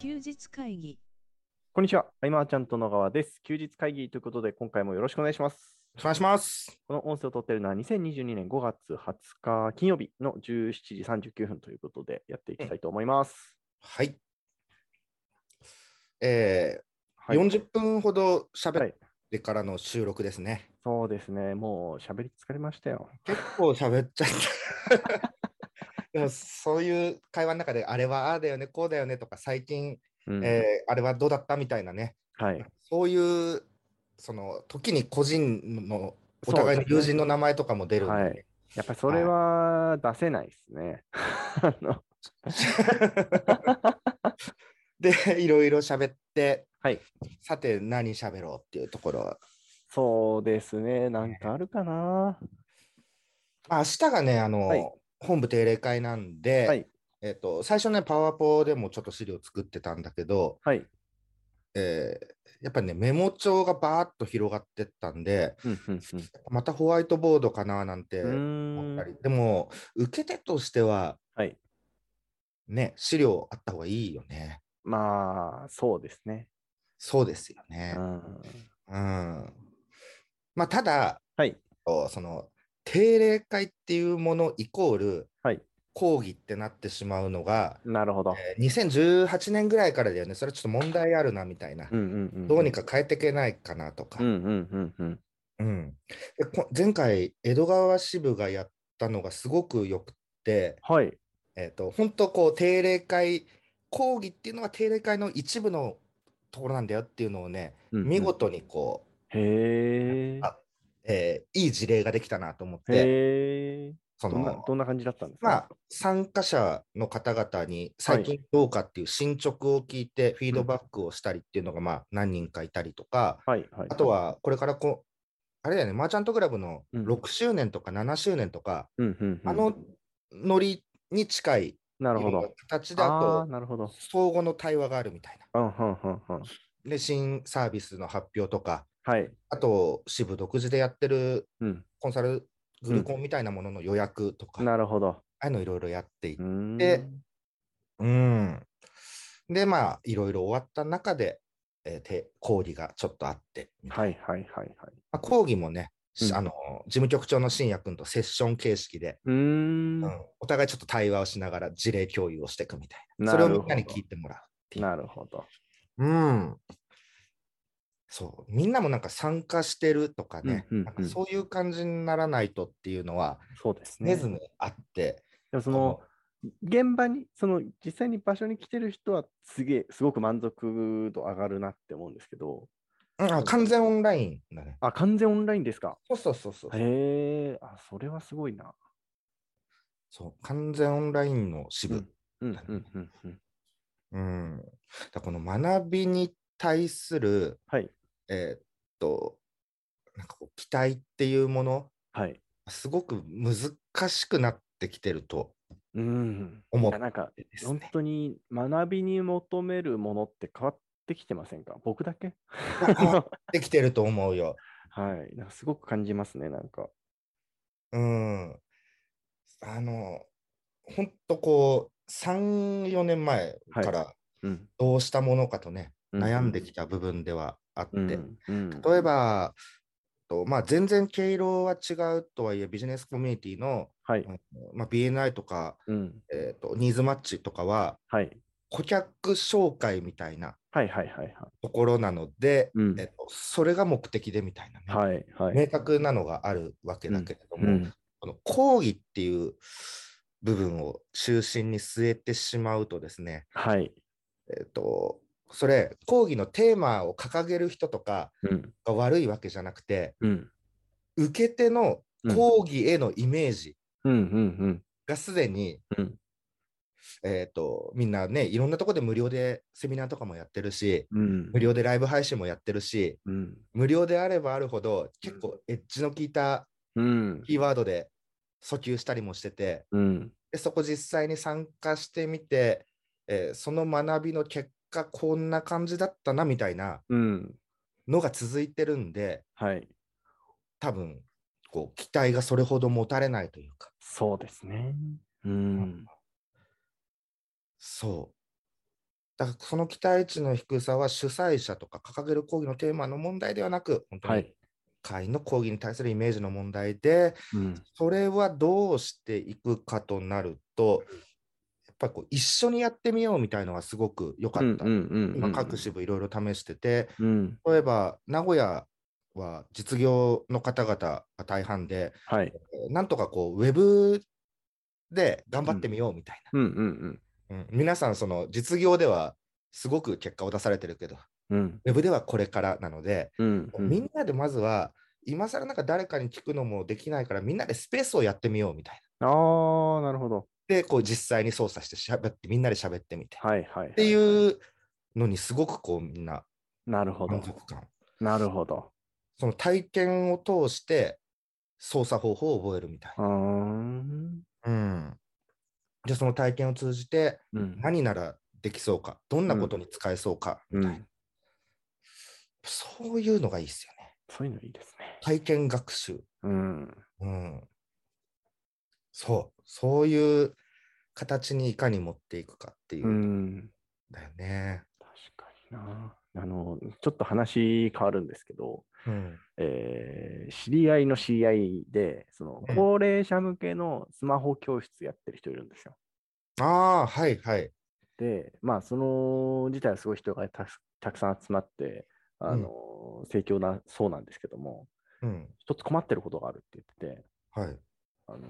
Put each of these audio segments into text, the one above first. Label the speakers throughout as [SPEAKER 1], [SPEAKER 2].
[SPEAKER 1] 休日会議
[SPEAKER 2] こんにちは。アイマーちゃんと野川です。休日会議ということで、今回もよろしくお願いします。
[SPEAKER 3] お願いします。
[SPEAKER 2] この音声を撮っているのは2022年5月20日金曜日の17時39分ということで、やっていきたいと思います。
[SPEAKER 3] はい。えー
[SPEAKER 2] はい、
[SPEAKER 3] 40分ほど喋
[SPEAKER 2] は
[SPEAKER 3] っ
[SPEAKER 2] い
[SPEAKER 3] てからの収録ですね。
[SPEAKER 2] そうですね。もう喋り疲れましたよ。
[SPEAKER 3] 結構喋っちゃった。 でもそういう会話の中で、あれはああだよね、こうだよねとか、最近、
[SPEAKER 2] うん
[SPEAKER 3] えーあれはどうだったみたいなね、
[SPEAKER 2] はい。
[SPEAKER 3] そういう、その時に個人のお
[SPEAKER 2] そう
[SPEAKER 3] 互い
[SPEAKER 2] で
[SPEAKER 3] の
[SPEAKER 2] すね
[SPEAKER 3] 友人の名前とかも出るんで、
[SPEAKER 2] はいやっぱりそれは出せないですね。あの
[SPEAKER 3] で、いろいろ喋って、
[SPEAKER 2] はい
[SPEAKER 3] さて、何喋ろうっていうところ
[SPEAKER 2] そうですね。なんかあるかな。
[SPEAKER 3] まあ、明日がね、あの、
[SPEAKER 2] はい
[SPEAKER 3] 本部定例会なんで、
[SPEAKER 2] はい
[SPEAKER 3] えっと、最初ね、パワポでもちょっと資料作ってたんだけど、
[SPEAKER 2] はい。
[SPEAKER 3] えーやっぱりね、メモ帳がバーッと広がってったんで、
[SPEAKER 2] うんうん
[SPEAKER 3] またホワイトボードかななんて
[SPEAKER 2] う
[SPEAKER 3] 思
[SPEAKER 2] ん
[SPEAKER 3] っ
[SPEAKER 2] う
[SPEAKER 3] た
[SPEAKER 2] ーん
[SPEAKER 3] り、でも、受け手としては、
[SPEAKER 2] はい。
[SPEAKER 3] ね、資料あった方がいいよね。
[SPEAKER 2] まあ、そうですね。
[SPEAKER 3] そうですよ
[SPEAKER 2] う
[SPEAKER 3] ね。
[SPEAKER 2] ん
[SPEAKER 3] うん。まあ、ただ、
[SPEAKER 2] はい。
[SPEAKER 3] こうその、定例会っていうものイコール、
[SPEAKER 2] はい
[SPEAKER 3] 講義ってなってしまうのが、
[SPEAKER 2] なるほど。
[SPEAKER 3] えー2018年ぐらいからだよね、それはちょっと問題あるなみたいな、
[SPEAKER 2] うんうんうんん
[SPEAKER 3] どうにか変えていけないかなとか、
[SPEAKER 2] うんうんうんうん。
[SPEAKER 3] うんでこ前回、江戸川支部がやったのがすごくよくて、
[SPEAKER 2] はい。
[SPEAKER 3] えー、と本当こう定例会、講義っていうのは定例会の一部のところなんだよっていうのをね、
[SPEAKER 2] うんうん
[SPEAKER 3] 見事にこ
[SPEAKER 2] へえ。
[SPEAKER 3] あう、えーいい事例ができたなと思って、
[SPEAKER 2] へえ。
[SPEAKER 3] そ
[SPEAKER 2] どんな
[SPEAKER 3] の
[SPEAKER 2] どんな感じだったんですか
[SPEAKER 3] まあ、参加者の方々に
[SPEAKER 2] はい
[SPEAKER 3] 最近どうかっていう進捗を聞いて、フィードバックをしたりっていうのがまあ何人かいたりとか、
[SPEAKER 2] はいはい。
[SPEAKER 3] あと、はこれからこう、あれだよね、マーチャントクラブの
[SPEAKER 2] うん
[SPEAKER 3] 6周年とか7周年とか、
[SPEAKER 2] うんうんうん、
[SPEAKER 3] あのノリに近い
[SPEAKER 2] なる
[SPEAKER 3] いろ
[SPEAKER 2] ほ
[SPEAKER 3] んな
[SPEAKER 2] ど。
[SPEAKER 3] 形で、あ
[SPEAKER 2] ああー、
[SPEAKER 3] と、
[SPEAKER 2] なるほど。
[SPEAKER 3] 相互の対話があるみたいな。
[SPEAKER 2] うんうんうんうん。
[SPEAKER 3] で、新サービスの発表とか、
[SPEAKER 2] はい。
[SPEAKER 3] あと、支部独自でやってる
[SPEAKER 2] うん。
[SPEAKER 3] コンサル、グルコンみたいなものの予約とか、あ
[SPEAKER 2] なるほど。
[SPEAKER 3] あいうのいろいろやっていて
[SPEAKER 2] うーん
[SPEAKER 3] でうん。で、まあ、いろいろ終わった中で、えーて講義がちょっとあって、
[SPEAKER 2] はいはいはいはい。
[SPEAKER 3] まあ、講義もね、し
[SPEAKER 2] うん
[SPEAKER 3] あの、事務局長の信也君とセッション形式で、
[SPEAKER 2] うーん。
[SPEAKER 3] うんお互いちょっと対話をしながら事例共有をしていくみたいな。
[SPEAKER 2] な
[SPEAKER 3] そ
[SPEAKER 2] る
[SPEAKER 3] れ
[SPEAKER 2] ほ
[SPEAKER 3] を
[SPEAKER 2] ど
[SPEAKER 3] みんなに聞いてもら
[SPEAKER 2] なるほど。
[SPEAKER 3] う。うん。そう。みんなもなんか参加してるとかね、
[SPEAKER 2] うんうんうん
[SPEAKER 3] なんかそういう感じにならないとっていうのは、
[SPEAKER 2] そうです
[SPEAKER 3] ね
[SPEAKER 2] ね。
[SPEAKER 3] ず
[SPEAKER 2] で
[SPEAKER 3] ねあって、
[SPEAKER 2] もその現場に、その実際に場所に来てる人はすげえ、すごく満足度上がるなって思うんですけど、
[SPEAKER 3] このうんあ完全オンラインだね。
[SPEAKER 2] あ、完全オンラインですか。
[SPEAKER 3] そうそうそうそう。
[SPEAKER 2] へえ、あ、それはすごいな。
[SPEAKER 3] そう完全オンラインの支部。
[SPEAKER 2] うんうんうんうん。
[SPEAKER 3] うん、だからこの学びに対する、
[SPEAKER 2] はい
[SPEAKER 3] えーっとなんかこう期待っていうもの
[SPEAKER 2] はい。
[SPEAKER 3] すごく難しくなってきてると
[SPEAKER 2] うん。
[SPEAKER 3] 思
[SPEAKER 2] い
[SPEAKER 3] っ
[SPEAKER 2] や
[SPEAKER 3] て
[SPEAKER 2] なんか、
[SPEAKER 3] です
[SPEAKER 2] 本
[SPEAKER 3] ね。
[SPEAKER 2] 当に学びに求めるものって変わってきてませんか僕だ け
[SPEAKER 3] 変わってきてると思うよ。
[SPEAKER 2] はい。なんかすごく感じますね、なんか。
[SPEAKER 3] うん、あのほんとこう34年前から
[SPEAKER 2] うん。
[SPEAKER 3] どうしたものかとね、
[SPEAKER 2] う
[SPEAKER 3] 悩んで
[SPEAKER 2] て。
[SPEAKER 3] きた部分ではあって、
[SPEAKER 2] うんうん
[SPEAKER 3] 例えばと、まあ、全然経路は違うとはいえビジネスコミュニティの
[SPEAKER 2] はい。
[SPEAKER 3] まあ、BNI とか、
[SPEAKER 2] うん。
[SPEAKER 3] えーとニーズマッチとかは
[SPEAKER 2] はい。
[SPEAKER 3] 顧客紹介みたいな
[SPEAKER 2] はいはいはいはい。
[SPEAKER 3] ところなので、
[SPEAKER 2] うん
[SPEAKER 3] えー、とそれが目的でみたいなね、
[SPEAKER 2] はいはい。
[SPEAKER 3] 明確なのがあるわけだけれども、
[SPEAKER 2] うん。
[SPEAKER 3] この講義っていう部分を中心に据えてしまうとですね、
[SPEAKER 2] はい。
[SPEAKER 3] えー、とそれ講義のテーマを掲げる人とか
[SPEAKER 2] うん。
[SPEAKER 3] が悪いわけじゃなくて
[SPEAKER 2] うん。
[SPEAKER 3] 受け手の
[SPEAKER 2] うん
[SPEAKER 3] 講義へのイメージ、
[SPEAKER 2] うんうん
[SPEAKER 3] がすでに、
[SPEAKER 2] うん
[SPEAKER 3] えっ、と、みんなね、いろんなとこで無料でセミナーとかもやってるし、
[SPEAKER 2] うん。うん
[SPEAKER 3] 無。料でライブ配信もやってるし、
[SPEAKER 2] うん。
[SPEAKER 3] 無料であればあるほど、結構エッジの効いた
[SPEAKER 2] うん。
[SPEAKER 3] キーワードで訴求したりもしてて、
[SPEAKER 2] うん。
[SPEAKER 3] でそこ実際に参加してみて、えーその学びの結果、こんな感じだったなみたいな
[SPEAKER 2] うん。
[SPEAKER 3] のが続いてるんで、
[SPEAKER 2] はい。
[SPEAKER 3] 多分こう期待がそれほど持たれないというか、
[SPEAKER 2] そうですね。うん。
[SPEAKER 3] そう。だからその期待値の低さは主催者とか掲げる講義のテーマの問題ではなく、本当
[SPEAKER 2] は
[SPEAKER 3] に
[SPEAKER 2] い
[SPEAKER 3] 会員の講義に対するイメージの問題で、
[SPEAKER 2] うん
[SPEAKER 3] それはどうしていくかとなると、やっぱりこう一緒にやってみようみたいのはすごく良か
[SPEAKER 2] うん
[SPEAKER 3] った。
[SPEAKER 2] うんうん
[SPEAKER 3] 今、各支部いろいろ試してて、
[SPEAKER 2] うん
[SPEAKER 3] 例えば名古屋は実業の方々が大半で、
[SPEAKER 2] はい
[SPEAKER 3] えーなんとかこうウェブで頑張ってみようみたい
[SPEAKER 2] うんうん
[SPEAKER 3] な、うん皆さんその実業ではすごく結果を出されてるけど
[SPEAKER 2] うんうん
[SPEAKER 3] ウェブではこれからなので、
[SPEAKER 2] うんうん
[SPEAKER 3] みんなでまずは今更なんか誰かに聞くのもできないからみんなでスペースをやってみようみたい
[SPEAKER 2] ああなるほど
[SPEAKER 3] なでこう実際に操作してしゃべってみんなで喋ってみて、
[SPEAKER 2] はいはいはい
[SPEAKER 3] っていうのにすごくこうみんな
[SPEAKER 2] なるほど
[SPEAKER 3] 満足感
[SPEAKER 2] なるほど
[SPEAKER 3] その体験を通して操作方法を覚えるみたいう
[SPEAKER 2] ーん
[SPEAKER 3] な、うん、じゃあその体験を通じて
[SPEAKER 2] うん
[SPEAKER 3] 何ならできそうか、どんなことに使えそうか、みたいな、
[SPEAKER 2] うん
[SPEAKER 3] そういうのがいいですよね。
[SPEAKER 2] そういうのいいですね
[SPEAKER 3] 体験学習。
[SPEAKER 2] うん
[SPEAKER 3] うん。そう、そういう形にいかに持っていくかっていううんだよね。
[SPEAKER 2] 確かになあのちょっと話変わるんですけど、
[SPEAKER 3] うん。
[SPEAKER 2] えー知り合いの知り合いで、その
[SPEAKER 3] うん
[SPEAKER 2] 高齢者向けのスマホ教室やってる人いるんですよ。
[SPEAKER 3] ああ、はいはい。
[SPEAKER 2] で、まあ、その自体はすごい人がたくたくさん集まって、あのー盛況なそうなんですけども、
[SPEAKER 3] うん。
[SPEAKER 2] 一つ困ってることがあるって言ってて、
[SPEAKER 3] はい。
[SPEAKER 2] あのー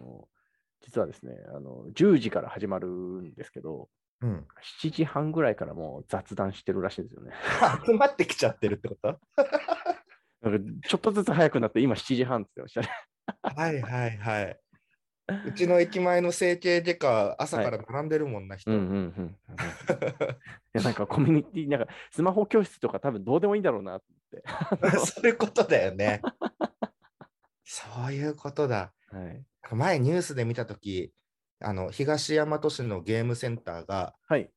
[SPEAKER 2] 実はですねあの、10時から始まるんですけど、
[SPEAKER 3] うん、
[SPEAKER 2] 7時半ぐらいからもう雑談してるらしいんですよね。
[SPEAKER 3] 集まってきちゃってるってこと
[SPEAKER 2] なんかちょっとずつ早くなって、今7時半って言ってましたね。
[SPEAKER 3] はいはいはい。うちの駅前の整形外科、朝から並んでるもん な、人。
[SPEAKER 2] うんうんうん。いやなんかコミュニティなんかスマホ教室とか多分どうでもいいんだろうなって
[SPEAKER 3] そういうことだよね。そういうことだ。
[SPEAKER 2] はい。
[SPEAKER 3] 前ニュースで見たとき、あの東大和市のゲームセンターが
[SPEAKER 2] はい。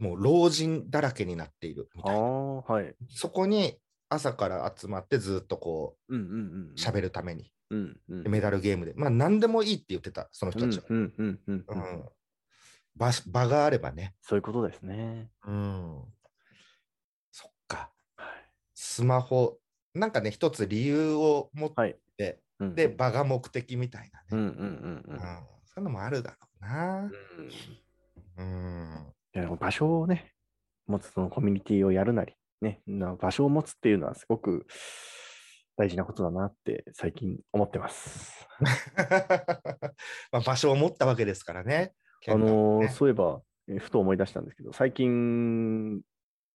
[SPEAKER 3] もう老人だらけになっているみ
[SPEAKER 2] あ
[SPEAKER 3] たいな。
[SPEAKER 2] あ、はい。
[SPEAKER 3] そこに朝から集まってずっとこ
[SPEAKER 2] うんうんうんうん。
[SPEAKER 3] う喋るために、
[SPEAKER 2] うんうん。
[SPEAKER 3] メダルゲームで。まあ何でもいいって言ってた、その人
[SPEAKER 2] う
[SPEAKER 3] た
[SPEAKER 2] ん
[SPEAKER 3] ちは。
[SPEAKER 2] うんうんうんう
[SPEAKER 3] うんん場場があればね。
[SPEAKER 2] そういうことですね。
[SPEAKER 3] うん。そっか。スマホ、なんかね、一つ理由を持って、
[SPEAKER 2] はいうん
[SPEAKER 3] で、場が目的みたいなね。
[SPEAKER 2] うんうんうんう
[SPEAKER 3] う
[SPEAKER 2] ん。
[SPEAKER 3] んそういうのもあるだろうな。
[SPEAKER 2] うんい
[SPEAKER 3] うん。
[SPEAKER 2] やでも場所をね、持つそのコミュニティをやるなり、ね、な場所を持つっていうのはすごく大事なことだなって最近思ってます。
[SPEAKER 3] まあ、場所を持ったわけですからね。
[SPEAKER 2] あのー
[SPEAKER 3] ね
[SPEAKER 2] そういえば、えーふと思い出したんですけど、最近、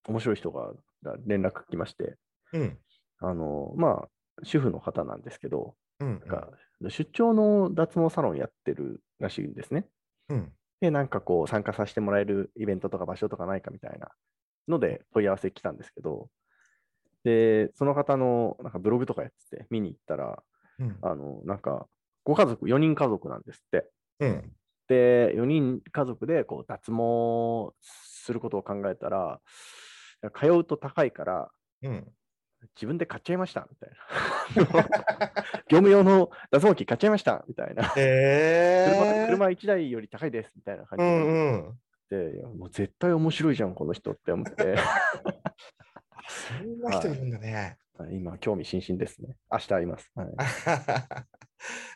[SPEAKER 2] 面白い人がが連絡来まして、
[SPEAKER 3] うん。
[SPEAKER 2] あのーまあ、主婦の方なんですけど、
[SPEAKER 3] うん。
[SPEAKER 2] なんか出張の脱毛サロンやってるらしいんですね。
[SPEAKER 3] うん。
[SPEAKER 2] で、なんかこう、参加させてもらえるイベントとか場所とかないかみたいなので、問い合わせ来たんですけど、で、その方のなんかブログとかやってて、見に行ったら、
[SPEAKER 3] うん。
[SPEAKER 2] あのなんか、ご家族、4人家族なんですって。
[SPEAKER 3] うん。
[SPEAKER 2] で、4人家族でこう脱毛することを考えたら、通うと高いから、
[SPEAKER 3] うん。
[SPEAKER 2] 自分で買っちゃいましたみたいな。 業務用の脱毛器買っちゃいましたみたいな。車
[SPEAKER 3] えー。
[SPEAKER 2] 車1台より高いですみたいな感
[SPEAKER 3] う
[SPEAKER 2] じで
[SPEAKER 3] んうん。
[SPEAKER 2] 言って、いやもう絶対面白いじゃん、この人って思って、
[SPEAKER 3] あそんな人いるんだね。
[SPEAKER 2] 今、興味津々ですね。明日会います。はい、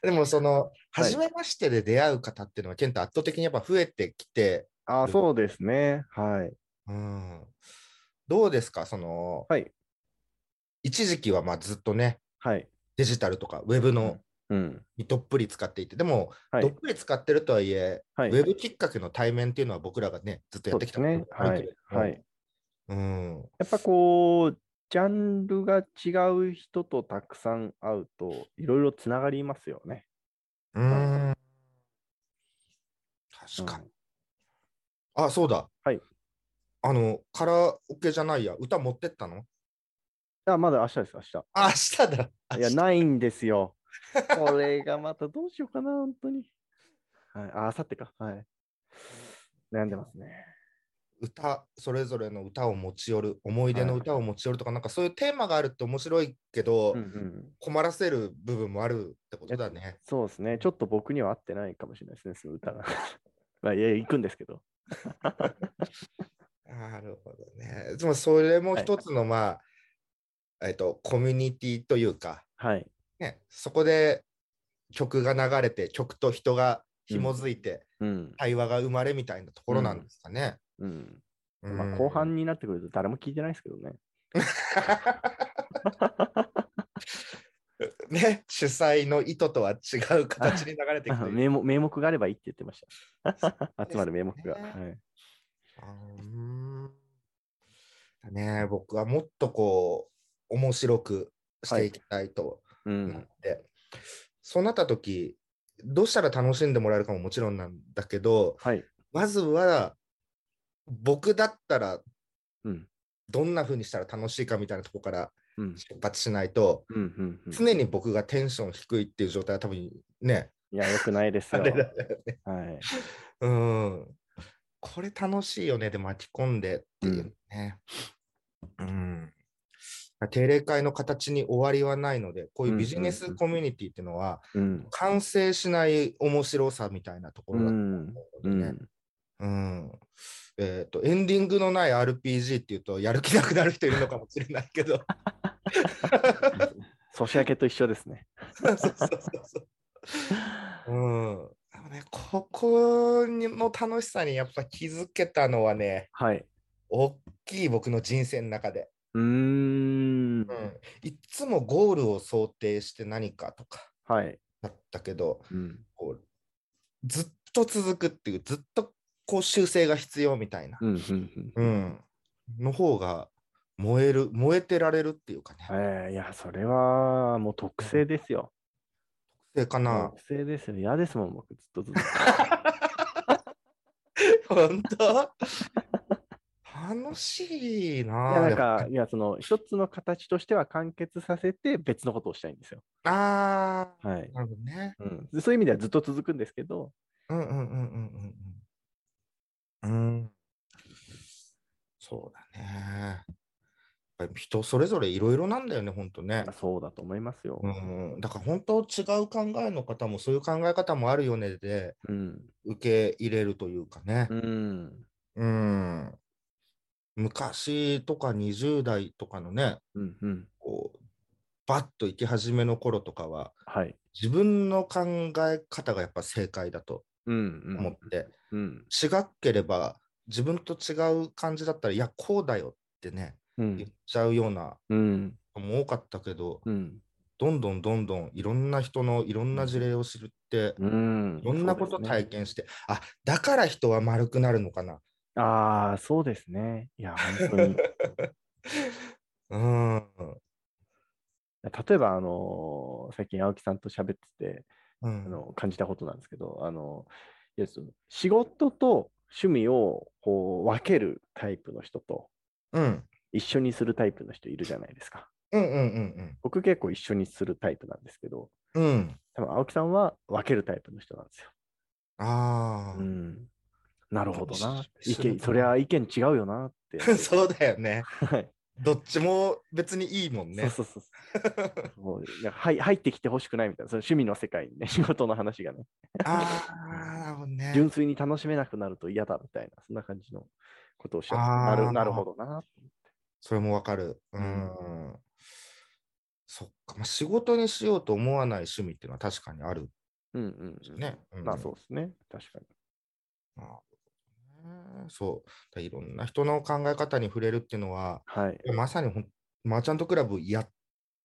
[SPEAKER 3] でもその、
[SPEAKER 2] はい
[SPEAKER 3] 初めましてで出会う方っていうのは、ケンタ圧倒的にやっぱ増えてきて、
[SPEAKER 2] あそうですね。はい。
[SPEAKER 3] うん、どうですか、その、
[SPEAKER 2] はい。
[SPEAKER 3] 一時期はまあずっとね、
[SPEAKER 2] はい。
[SPEAKER 3] デジタルとか、ウェブの
[SPEAKER 2] うん。
[SPEAKER 3] にどっぷり使っていて、でも、
[SPEAKER 2] は
[SPEAKER 3] どっ
[SPEAKER 2] い。
[SPEAKER 3] ぷり使ってるとはいえ、
[SPEAKER 2] はい。
[SPEAKER 3] ウェブきっかけの対面っていうのは僕らがね、ずっとや
[SPEAKER 2] そう
[SPEAKER 3] って
[SPEAKER 2] で
[SPEAKER 3] き
[SPEAKER 2] す
[SPEAKER 3] た
[SPEAKER 2] ね。
[SPEAKER 3] ことだ
[SPEAKER 2] は
[SPEAKER 3] け
[SPEAKER 2] い
[SPEAKER 3] れ。ども
[SPEAKER 2] はい。
[SPEAKER 3] うん。
[SPEAKER 2] やっぱこう、ジャンルが違う人とたくさん会うと、いろいろつながりますよね。
[SPEAKER 3] うん。確かに。あ、そうだ。
[SPEAKER 2] はい。
[SPEAKER 3] あの、カラオケじゃないや、歌持ってったの
[SPEAKER 2] あ、まだ明日です、明日。
[SPEAKER 3] あ、明日だ。明
[SPEAKER 2] いや、
[SPEAKER 3] 日
[SPEAKER 2] ないんです よ。これがまたどうしようかな、本当に。はい、あ、明後日か。はい。悩んでますね。
[SPEAKER 3] 歌、それぞれの歌を持ち寄る、思い出の歌を持ち寄るとか、なんかそういうテーマがあるって面白いけど、
[SPEAKER 2] うんうん、
[SPEAKER 3] 困らせる部分もあるってことだね。
[SPEAKER 2] そうですね。ちょっと僕には合って ないかもしれないですね、その歌が。まあ、いや、行くんですけど。
[SPEAKER 3] あなるほどね。でもそれも一つの、まあ、えっと、コミュニティというか、
[SPEAKER 2] はい。
[SPEAKER 3] ね、そこで曲が流れて、曲と人が紐づいて、
[SPEAKER 2] うん。
[SPEAKER 3] 対話が生まれみたいなところなんですかね。
[SPEAKER 2] うん。
[SPEAKER 3] うん
[SPEAKER 2] まあ、後半になってくると誰も聞いてないですけどね。
[SPEAKER 3] ね、主催の意図とは違う形に流れてきてる。
[SPEAKER 2] 名目名目があればいいって言ってま した。集まる名目が。
[SPEAKER 3] そうです
[SPEAKER 2] はい、
[SPEAKER 3] あーうーんだね、僕はもっとこう面白くしていきたいと
[SPEAKER 2] う
[SPEAKER 3] 思っ
[SPEAKER 2] ん。
[SPEAKER 3] て、そうなった時どうしたら楽しんでもらえるかももちろんなんだけど
[SPEAKER 2] はい。
[SPEAKER 3] まずは僕だったら
[SPEAKER 2] うん。
[SPEAKER 3] どんな風にしたら楽しいかみたいなとこから
[SPEAKER 2] うん。
[SPEAKER 3] 出発しないと、
[SPEAKER 2] うん。うん。うん
[SPEAKER 3] 常に僕がテンション低いっていう状態は多分ね
[SPEAKER 2] いや、よくないですよ。
[SPEAKER 3] あれだよね
[SPEAKER 2] はい。
[SPEAKER 3] うんこれ楽しいよねで巻き込んでっていうね。うん。定例会の形に終わりはないので、こういうビジネ
[SPEAKER 2] うんうん
[SPEAKER 3] ス
[SPEAKER 2] うん
[SPEAKER 3] コミュニティっていうのは、
[SPEAKER 2] うん。
[SPEAKER 3] 完成しない面白さみたいなとこ
[SPEAKER 2] う
[SPEAKER 3] ろだと思
[SPEAKER 2] ん。
[SPEAKER 3] う
[SPEAKER 2] う
[SPEAKER 3] のでね。
[SPEAKER 2] ん。
[SPEAKER 3] うん。えっと、エンディングのない RPG っていうと、やる気なくなる人いるのかもしれないけど。
[SPEAKER 2] ソシャゲと一緒ですね。
[SPEAKER 3] そうそうそうそう。うん。でもね、ここにの楽しさにやっぱ気づけたのはね、
[SPEAKER 2] はい。
[SPEAKER 3] 大きい僕の人生の中で、
[SPEAKER 2] うーん。
[SPEAKER 3] いっつもゴールを想定して何かとか
[SPEAKER 2] はい。
[SPEAKER 3] だったけど
[SPEAKER 2] うん。
[SPEAKER 3] こうずっと続くっていうずっとこう修正が必要みたいな、
[SPEAKER 2] うん。うん。
[SPEAKER 3] う
[SPEAKER 2] うん。
[SPEAKER 3] ん、の方が燃える燃えてられるっていうかね、
[SPEAKER 2] えー、いや、それはもう特性ですよ。
[SPEAKER 3] それかな
[SPEAKER 2] 特性ですよ。嫌ですもん、僕、ずっとずっと。
[SPEAKER 3] 本当楽しい
[SPEAKER 2] い
[SPEAKER 3] な
[SPEAKER 2] や、
[SPEAKER 3] あ
[SPEAKER 2] なん
[SPEAKER 3] や
[SPEAKER 2] か
[SPEAKER 3] っ、
[SPEAKER 2] いや、その、一つの形としては完結させて、別のことをしたいんですよ。
[SPEAKER 3] ぱあ
[SPEAKER 2] はい
[SPEAKER 3] ー。なるほどね
[SPEAKER 2] うん、でそういう意味ではずっと続くんですけど、
[SPEAKER 3] うんうんうんうんうんうん。うん。そうだね。やっぱり人それぞれいろいろなんだよね、ほんとね。
[SPEAKER 2] そうだと思いますよ
[SPEAKER 3] う。んうん、だから本当違う考えの方もそういう考え方もあるよねで
[SPEAKER 2] うん。
[SPEAKER 3] 受け入れるというかね
[SPEAKER 2] う、ん。
[SPEAKER 3] うん、昔とか20代とかのね
[SPEAKER 2] うん。うん。
[SPEAKER 3] こうバッと行き始めの頃とかは
[SPEAKER 2] はい。
[SPEAKER 3] 自分の考え方がやっぱ正解だと
[SPEAKER 2] うん。う
[SPEAKER 3] 思っ
[SPEAKER 2] ん。
[SPEAKER 3] て、
[SPEAKER 2] うん。
[SPEAKER 3] 違ければ自分と違う感じだったらいやこうだよってね
[SPEAKER 2] う
[SPEAKER 3] 言っ
[SPEAKER 2] ん。
[SPEAKER 3] ちゃうような
[SPEAKER 2] うん。
[SPEAKER 3] のも多かったけど、
[SPEAKER 2] うん。
[SPEAKER 3] どんどんどんどんいろんな人のいろんな事例を知るって、
[SPEAKER 2] うん。
[SPEAKER 3] いろんなこと
[SPEAKER 2] そうですね
[SPEAKER 3] 体験して、あだから人は丸くなるのかな。
[SPEAKER 2] ああ、そうですね。いや、本 当に。
[SPEAKER 3] うん、
[SPEAKER 2] 例えば、あのー最近青木さんと喋ってて、
[SPEAKER 3] う
[SPEAKER 2] あ
[SPEAKER 3] ん、
[SPEAKER 2] の、感じたことなんですけど、あのいやその仕事と趣味をこう分けるタイプの人と、
[SPEAKER 3] うん、
[SPEAKER 2] 一緒にするタイプの人いるじゃないですか。
[SPEAKER 3] うん、うん、
[SPEAKER 2] 僕結構一緒にするタイプなんですけど、
[SPEAKER 3] うん、うん、
[SPEAKER 2] 多分青木さんは分けるタイプの人なんですよ。
[SPEAKER 3] あ
[SPEAKER 2] う
[SPEAKER 3] あ、
[SPEAKER 2] ん、なるほどな。意
[SPEAKER 3] 一緒一緒だ
[SPEAKER 2] 見、そりゃ意見違うよな って。
[SPEAKER 3] そうだよね。
[SPEAKER 2] はい
[SPEAKER 3] どっちも別にいいもんね。
[SPEAKER 2] そうそうそうそう。もういやはい入ってきてほしくないみたいな、その趣味の世界にね、 仕事の話がね、
[SPEAKER 3] ああ、なるほどね。
[SPEAKER 2] 純粋に楽しめなくなると嫌だみたいな、そんな感じのことをおっしゃって
[SPEAKER 3] あ
[SPEAKER 2] な
[SPEAKER 3] ー
[SPEAKER 2] るなるほどな。
[SPEAKER 3] それもわかる。う
[SPEAKER 2] うん
[SPEAKER 3] ん。そっか、まあ、仕事にしようと思わない趣味っていうのは確かにあるんで
[SPEAKER 2] うんうん
[SPEAKER 3] す
[SPEAKER 2] う
[SPEAKER 3] よ
[SPEAKER 2] ん。
[SPEAKER 3] ね。うん
[SPEAKER 2] まあそうですね、確かに。
[SPEAKER 3] なるほどねそう。だいろんな人の考え方に触れるっていうのは、
[SPEAKER 2] はい。
[SPEAKER 3] まさにほんマーチャントクラブやっ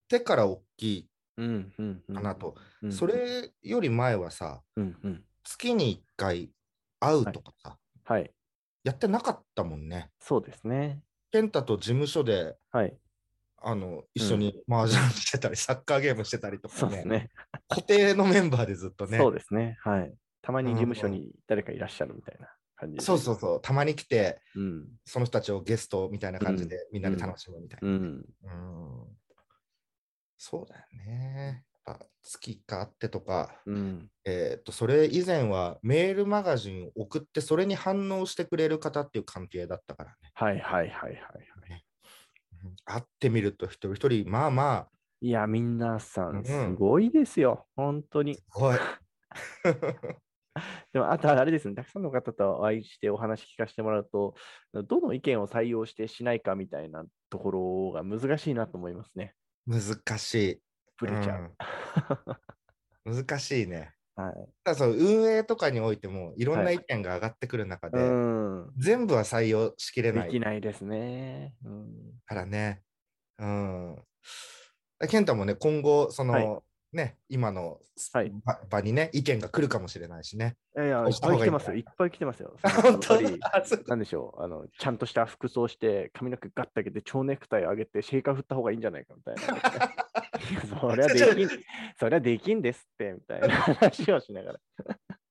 [SPEAKER 3] てから大きい
[SPEAKER 2] うんうんうん。
[SPEAKER 3] かなと。
[SPEAKER 2] うん
[SPEAKER 3] そ、れより前はさ、
[SPEAKER 2] うんうん。
[SPEAKER 3] 月に1回会うとかさ、
[SPEAKER 2] はい。
[SPEAKER 3] やってなかったもんね。
[SPEAKER 2] そうですね。
[SPEAKER 3] 健太と事務所で
[SPEAKER 2] はい。
[SPEAKER 3] あの一緒にマージャンしてたり、サッカーゲームしてたりとか
[SPEAKER 2] そう
[SPEAKER 3] ね
[SPEAKER 2] ですね。
[SPEAKER 3] 固定のメンバーでずっとね
[SPEAKER 2] そうですね。はい。たまに事務所
[SPEAKER 3] うん
[SPEAKER 2] に誰かいらっしゃるみたいな感じです
[SPEAKER 3] そうそうそう、たまに来て、
[SPEAKER 2] うん。
[SPEAKER 3] その人たちをゲストみたいな感じで、みんなで楽しむみたいうな。
[SPEAKER 2] ん。
[SPEAKER 3] うんそうだよね。やっぱ月1回あってとか、
[SPEAKER 2] うん。
[SPEAKER 3] えーっと、それ以前はメールマガジンを送って、それに反応してくれる方っていう関係だったからね。
[SPEAKER 2] はいはいはいはいはい。
[SPEAKER 3] うん会ってみると、一人一人、まあまあ、
[SPEAKER 2] いや、皆さ、
[SPEAKER 3] うんん
[SPEAKER 2] すごいですよ。本当に
[SPEAKER 3] す。ごい。
[SPEAKER 2] でも、あとはあれですね、たくさんの方とお会いしてお話聞かせてもらうと、どの意見を採用してしないかみたいなところが難しいなと思いますね。
[SPEAKER 3] 難しい。
[SPEAKER 2] ブレちゃう。
[SPEAKER 3] 難しいね。
[SPEAKER 2] はい。
[SPEAKER 3] ただその運営とかにおいてもいろんな意見が上がってくる中で、
[SPEAKER 2] うん。
[SPEAKER 3] 全部は採用しきれ
[SPEAKER 2] で
[SPEAKER 3] ない
[SPEAKER 2] き
[SPEAKER 3] か
[SPEAKER 2] ないですね。うん。
[SPEAKER 3] らね。うん。健太もね、今後、その、
[SPEAKER 2] はい
[SPEAKER 3] ね、今の
[SPEAKER 2] はい
[SPEAKER 3] 場場にね、意見が来るかもしれないしね。
[SPEAKER 2] いやいや、
[SPEAKER 3] 押
[SPEAKER 2] いっ
[SPEAKER 3] した
[SPEAKER 2] ぱい
[SPEAKER 3] 方
[SPEAKER 2] 来て
[SPEAKER 3] がいいん
[SPEAKER 2] ま
[SPEAKER 3] だ
[SPEAKER 2] すよ。いっぱい来てますよ。
[SPEAKER 3] あ 本
[SPEAKER 2] や
[SPEAKER 3] 当
[SPEAKER 2] っぱり
[SPEAKER 3] あそう
[SPEAKER 2] なんでしょうあの、ちゃんとした服装して、髪の毛ガッて上げて、蝶ネクタイ上げて、シェイカー振った方がいいんじゃないかみたいな。 いやそりゃできん、 そりゃできんですって、みたいな 話をしながら。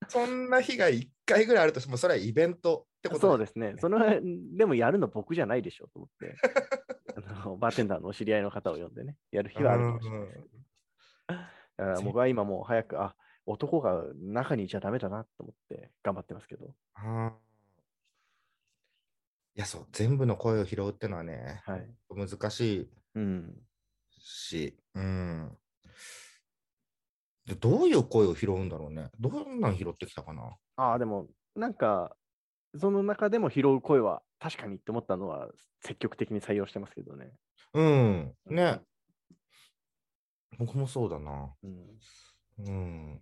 [SPEAKER 3] そんな日が1回ぐらいあるとしても、それはイベントってこと
[SPEAKER 2] そう
[SPEAKER 3] で
[SPEAKER 2] ですね。そのでもやるの僕じゃないでしょと思って。あのバーテンダーのお知り合いの方を呼んでね、やる日はあるかもしれないですけど。だから僕は今もう早く、あ男が中にいちゃダメだなと思って頑張ってますけ ど。
[SPEAKER 3] うんいや、そう、全部の声を拾うってのはね、
[SPEAKER 2] はい。
[SPEAKER 3] 難し
[SPEAKER 2] うん。
[SPEAKER 3] いし、うん。でどういう声を拾うんだろうね。どんなん拾ってきたかな。
[SPEAKER 2] ああ、でも、なんか、その中でも拾う声は確かにって思ったのは、積極的に採用してますけどね。
[SPEAKER 3] うん。ね。僕もそうだな。
[SPEAKER 2] うん。
[SPEAKER 3] うん。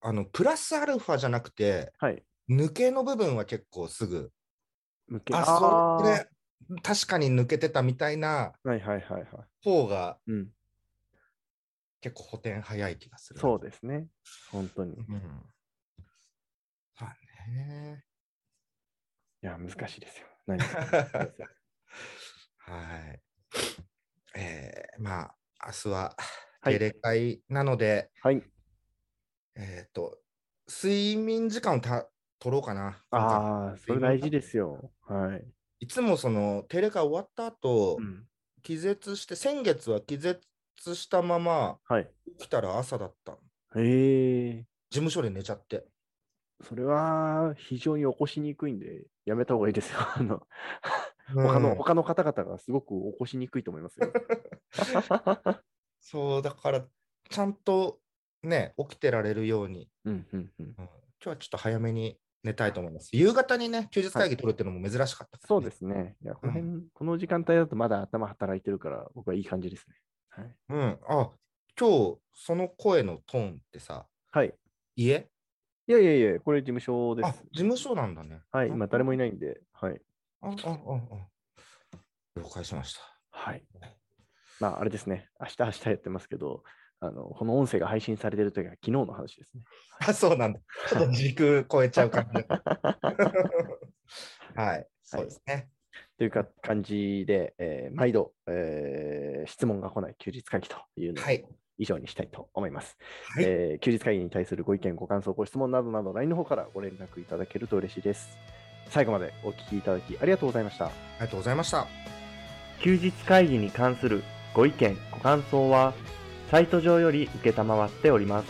[SPEAKER 3] あの、プラスアルファじゃなくて、
[SPEAKER 2] はい。
[SPEAKER 3] 抜けの部分は結構すぐ、
[SPEAKER 2] 向け
[SPEAKER 3] あ、そ
[SPEAKER 2] ー
[SPEAKER 3] れ、確かに抜けてたみたいな
[SPEAKER 2] はいはいはいはい。
[SPEAKER 3] 方が
[SPEAKER 2] うん。
[SPEAKER 3] 結構補填早い気がする。
[SPEAKER 2] そうですね。本当に。い
[SPEAKER 3] うん。そうだ ね。
[SPEAKER 2] や、難しいですよ。何
[SPEAKER 3] はい。えー、まあ、明日は
[SPEAKER 2] はい
[SPEAKER 3] 定例会なので、
[SPEAKER 2] はい。
[SPEAKER 3] えっ、と、睡眠時間をた取ろうかな。
[SPEAKER 2] ああ、それ大事ですよ。はい。
[SPEAKER 3] いつもその定例会終わった後、
[SPEAKER 2] うん。
[SPEAKER 3] 気絶して、先月は気絶したまま
[SPEAKER 2] はい。
[SPEAKER 3] 起きたら朝だったの。
[SPEAKER 2] へえ。
[SPEAKER 3] 事務所で寝ちゃって。
[SPEAKER 2] それは非常に起こしにくいんで、やめた方がいいですよ。 あの、他の、
[SPEAKER 3] うん
[SPEAKER 2] 他の方々がすごく起こしにくいと思いますよ。
[SPEAKER 3] そう、だから、ちゃんとね、起きてられるように、
[SPEAKER 2] うんうんうん。
[SPEAKER 3] うん今日はちょっと早めに寝たいと思います。夕方にね、休日会議取るっていうのも珍しかったからね、
[SPEAKER 2] そうですね。いや、この辺、この時間帯だとまだ頭働いてるから、僕はいい感じですね。はい。
[SPEAKER 3] うん。あ、今日、その声のトーンってさ、
[SPEAKER 2] はい。
[SPEAKER 3] 家
[SPEAKER 2] いやいやいや、これ事務所で
[SPEAKER 3] あ、
[SPEAKER 2] す。
[SPEAKER 3] 事務所なんだね。
[SPEAKER 2] はい。今、誰もい
[SPEAKER 3] ない。
[SPEAKER 2] ないんで、はい。
[SPEAKER 3] あ、あ、あ、あ。了解しました。
[SPEAKER 2] はい。まあ、あれですね。明日、明日やってますけど、あの、この音声が配信されてるときは昨日の話ですね。
[SPEAKER 3] あ、そうなんだ。ちょっと時空超えちゃう 感じ。はい、そうですね。
[SPEAKER 2] というか感じで、えー毎度、えー質問が来ない休日会議というのを
[SPEAKER 3] はい。
[SPEAKER 2] 以上にしたいと思います、
[SPEAKER 3] はい
[SPEAKER 2] えー休日会議に対するご意見、ご感想、ご質問などなど、LINE の方からご連絡いただけると嬉しいです。最後までお聞きいただきありがとうございました。
[SPEAKER 3] ありがとうございました。
[SPEAKER 2] 休日会議に関するご意見ご感想はサイト上より承っております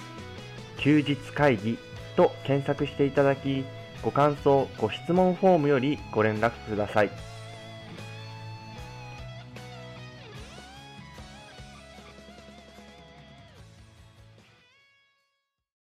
[SPEAKER 2] 休日会議と検索していただきご感想ご質問フォームよりご連絡ください